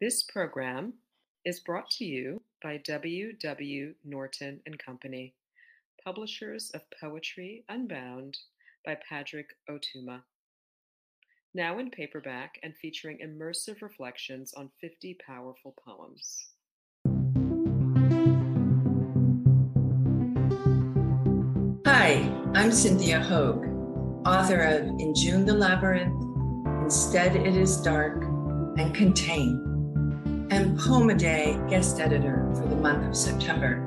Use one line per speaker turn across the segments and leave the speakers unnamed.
This program is brought to you by W. W. Norton and Company, publishers of Poetry Unbound by Padraig O'Tuma. Now in paperback and featuring immersive reflections on 50 powerful poems.
Hi, I'm Cynthia Hoag, author of In June the Labyrinth, Instead It Is Dark, and Contain, and Poem a Day guest editor for the month of September.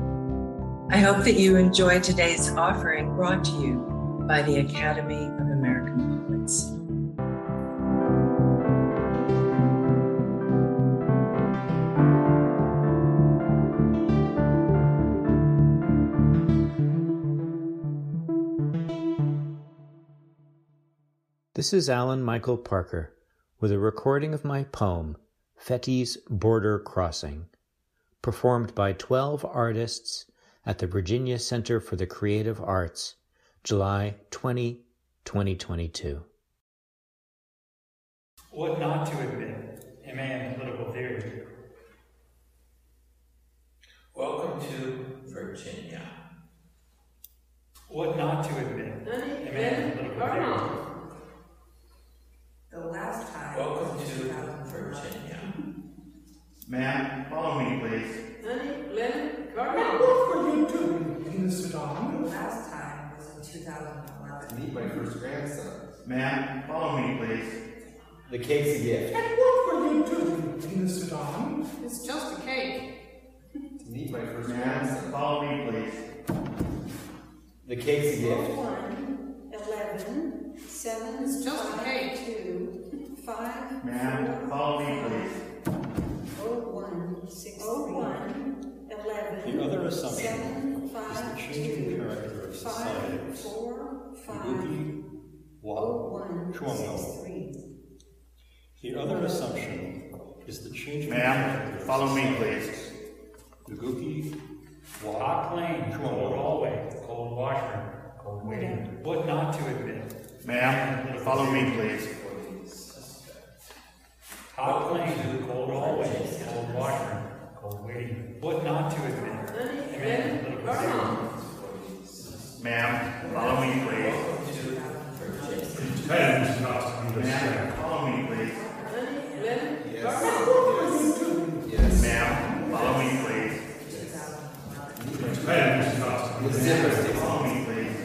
I hope that you enjoy today's offering brought to you by the Academy of American Poets.
This is Alan Michael Parker with a recording of my poem, Fetty's Border Crossing, performed by 12 artists at the Virginia Center for the Creative Arts, July 20, 2022.
What not to admit, MA in political theory.
Welcome to Virginia.
What not to admit, MA in political theory.
The last time.
Welcome to Virginia.
Ma'am, follow me, please.
Lenny, Lenny,
What were you doing in the Sudan?
The last time was in 2011.
I need my first grandson.
Ma'am, follow me, please.
The cake's a gift.
And what were you doing in the Sudan?
It's just a cake.
I need my first
Ma'am,
grandson.
follow me, please.
The cake's a gift.
One, eleven, seven,
It's just a
five,
cake.
two, five,
Ma'am,
four,
follow me,
five,
please.
oh, one, six, oh, one, eleven,
The other assumption
seven, five,
is the changing
two,
character of
five,
societies.
four, five,
Ubi,
oh,
Wa,
one, six,
Chuango.
three.
The other assumption is the changing
Ma'am,
character of
follow me,
societies.
please.
Ubi,
Ah,
Wa,
Hot plane, cold hallway, cold washroom, cold waiting. What not to admit.
Ma'am, follow me, please.
Hot plane, cold hallway, cold washroom, cold waiting. What not to admit, MA in political theory.
Ma'am, follow me, please.
Pretend not to understand.
Ma'am, follow me, please.
Yes. Yes.
Ma'am, follow me, please.
Pretend not to
The zipper
Ma'am,
sticks.
follow me, please.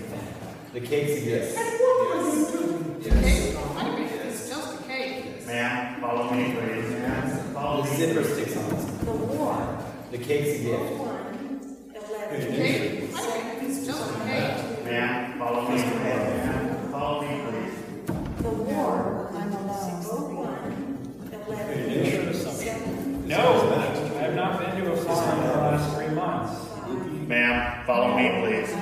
The cake's a gift.
What were you doing?
Yes.
I mean, it's just a cake.
Ma'am, follow me, please. Ma'am, follow
The
me.
zipper sticks on.
The war,
The cake's a gift.
one, eleven,
Cake. I mean, it's just a cake.
Ma'am, follow me, please. Ma'am, follow me, please.
the war, I'm alone, oh, one, eleven,
initial assumption.
No, I have not been to a farm in the last three months.
Ma'am, follow me, please.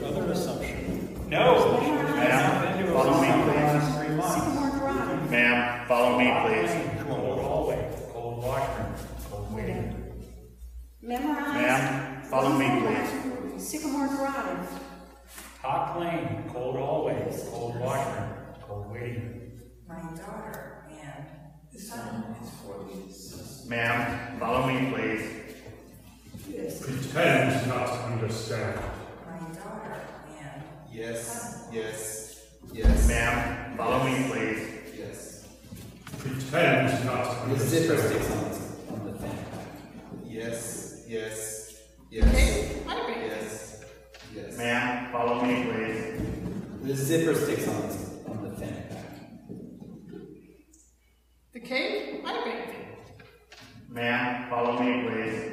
The other assumption,
No, I have not been to a
Follow
farm
me,
in the
please.
last three months.
Ma'am, follow me, please.
Cold hallway, cold washroom, cold waiting.
Memorize.
Ma'am, follow me, please.
Sycamore Drive.
Hot plane, cold hallway, cold washroom, cold waiting.
My daughter and
Ma'am, follow me, please.
Pretend not to understand.
my daughter and
Yes. Yes. Yes.
Ma'am, follow me, please.
Yes.
Pretend not to
The zipper
understand.
sticks on. Yes. Yes. Yes.
Cake. I mean,
Yes. Yes.
Ma'am, follow me, please.
The zipper sticks on. The thing.
the cake. I mean,
Ma'am, follow me, please.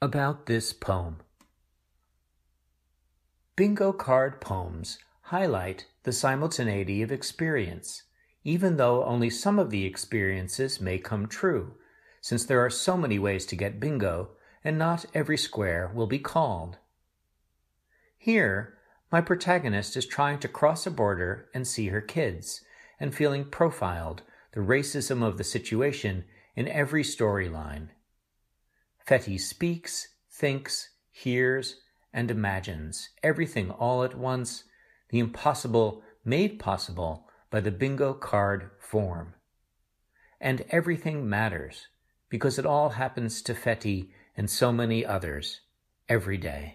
About this poem Bingo card poems highlight the simultaneity of experience, even though only some of the experiences may come true, since there are so many ways to get bingo and not every square will be called. Here, my protagonist is trying to cross a border and see her kids, and feeling profiled, the racism of the situation in every storyline. Fetty speaks, thinks, hears, and imagines everything all at once, the impossible made possible by the bingo card form. And everything matters because it all happens to Fetty and so many others every day.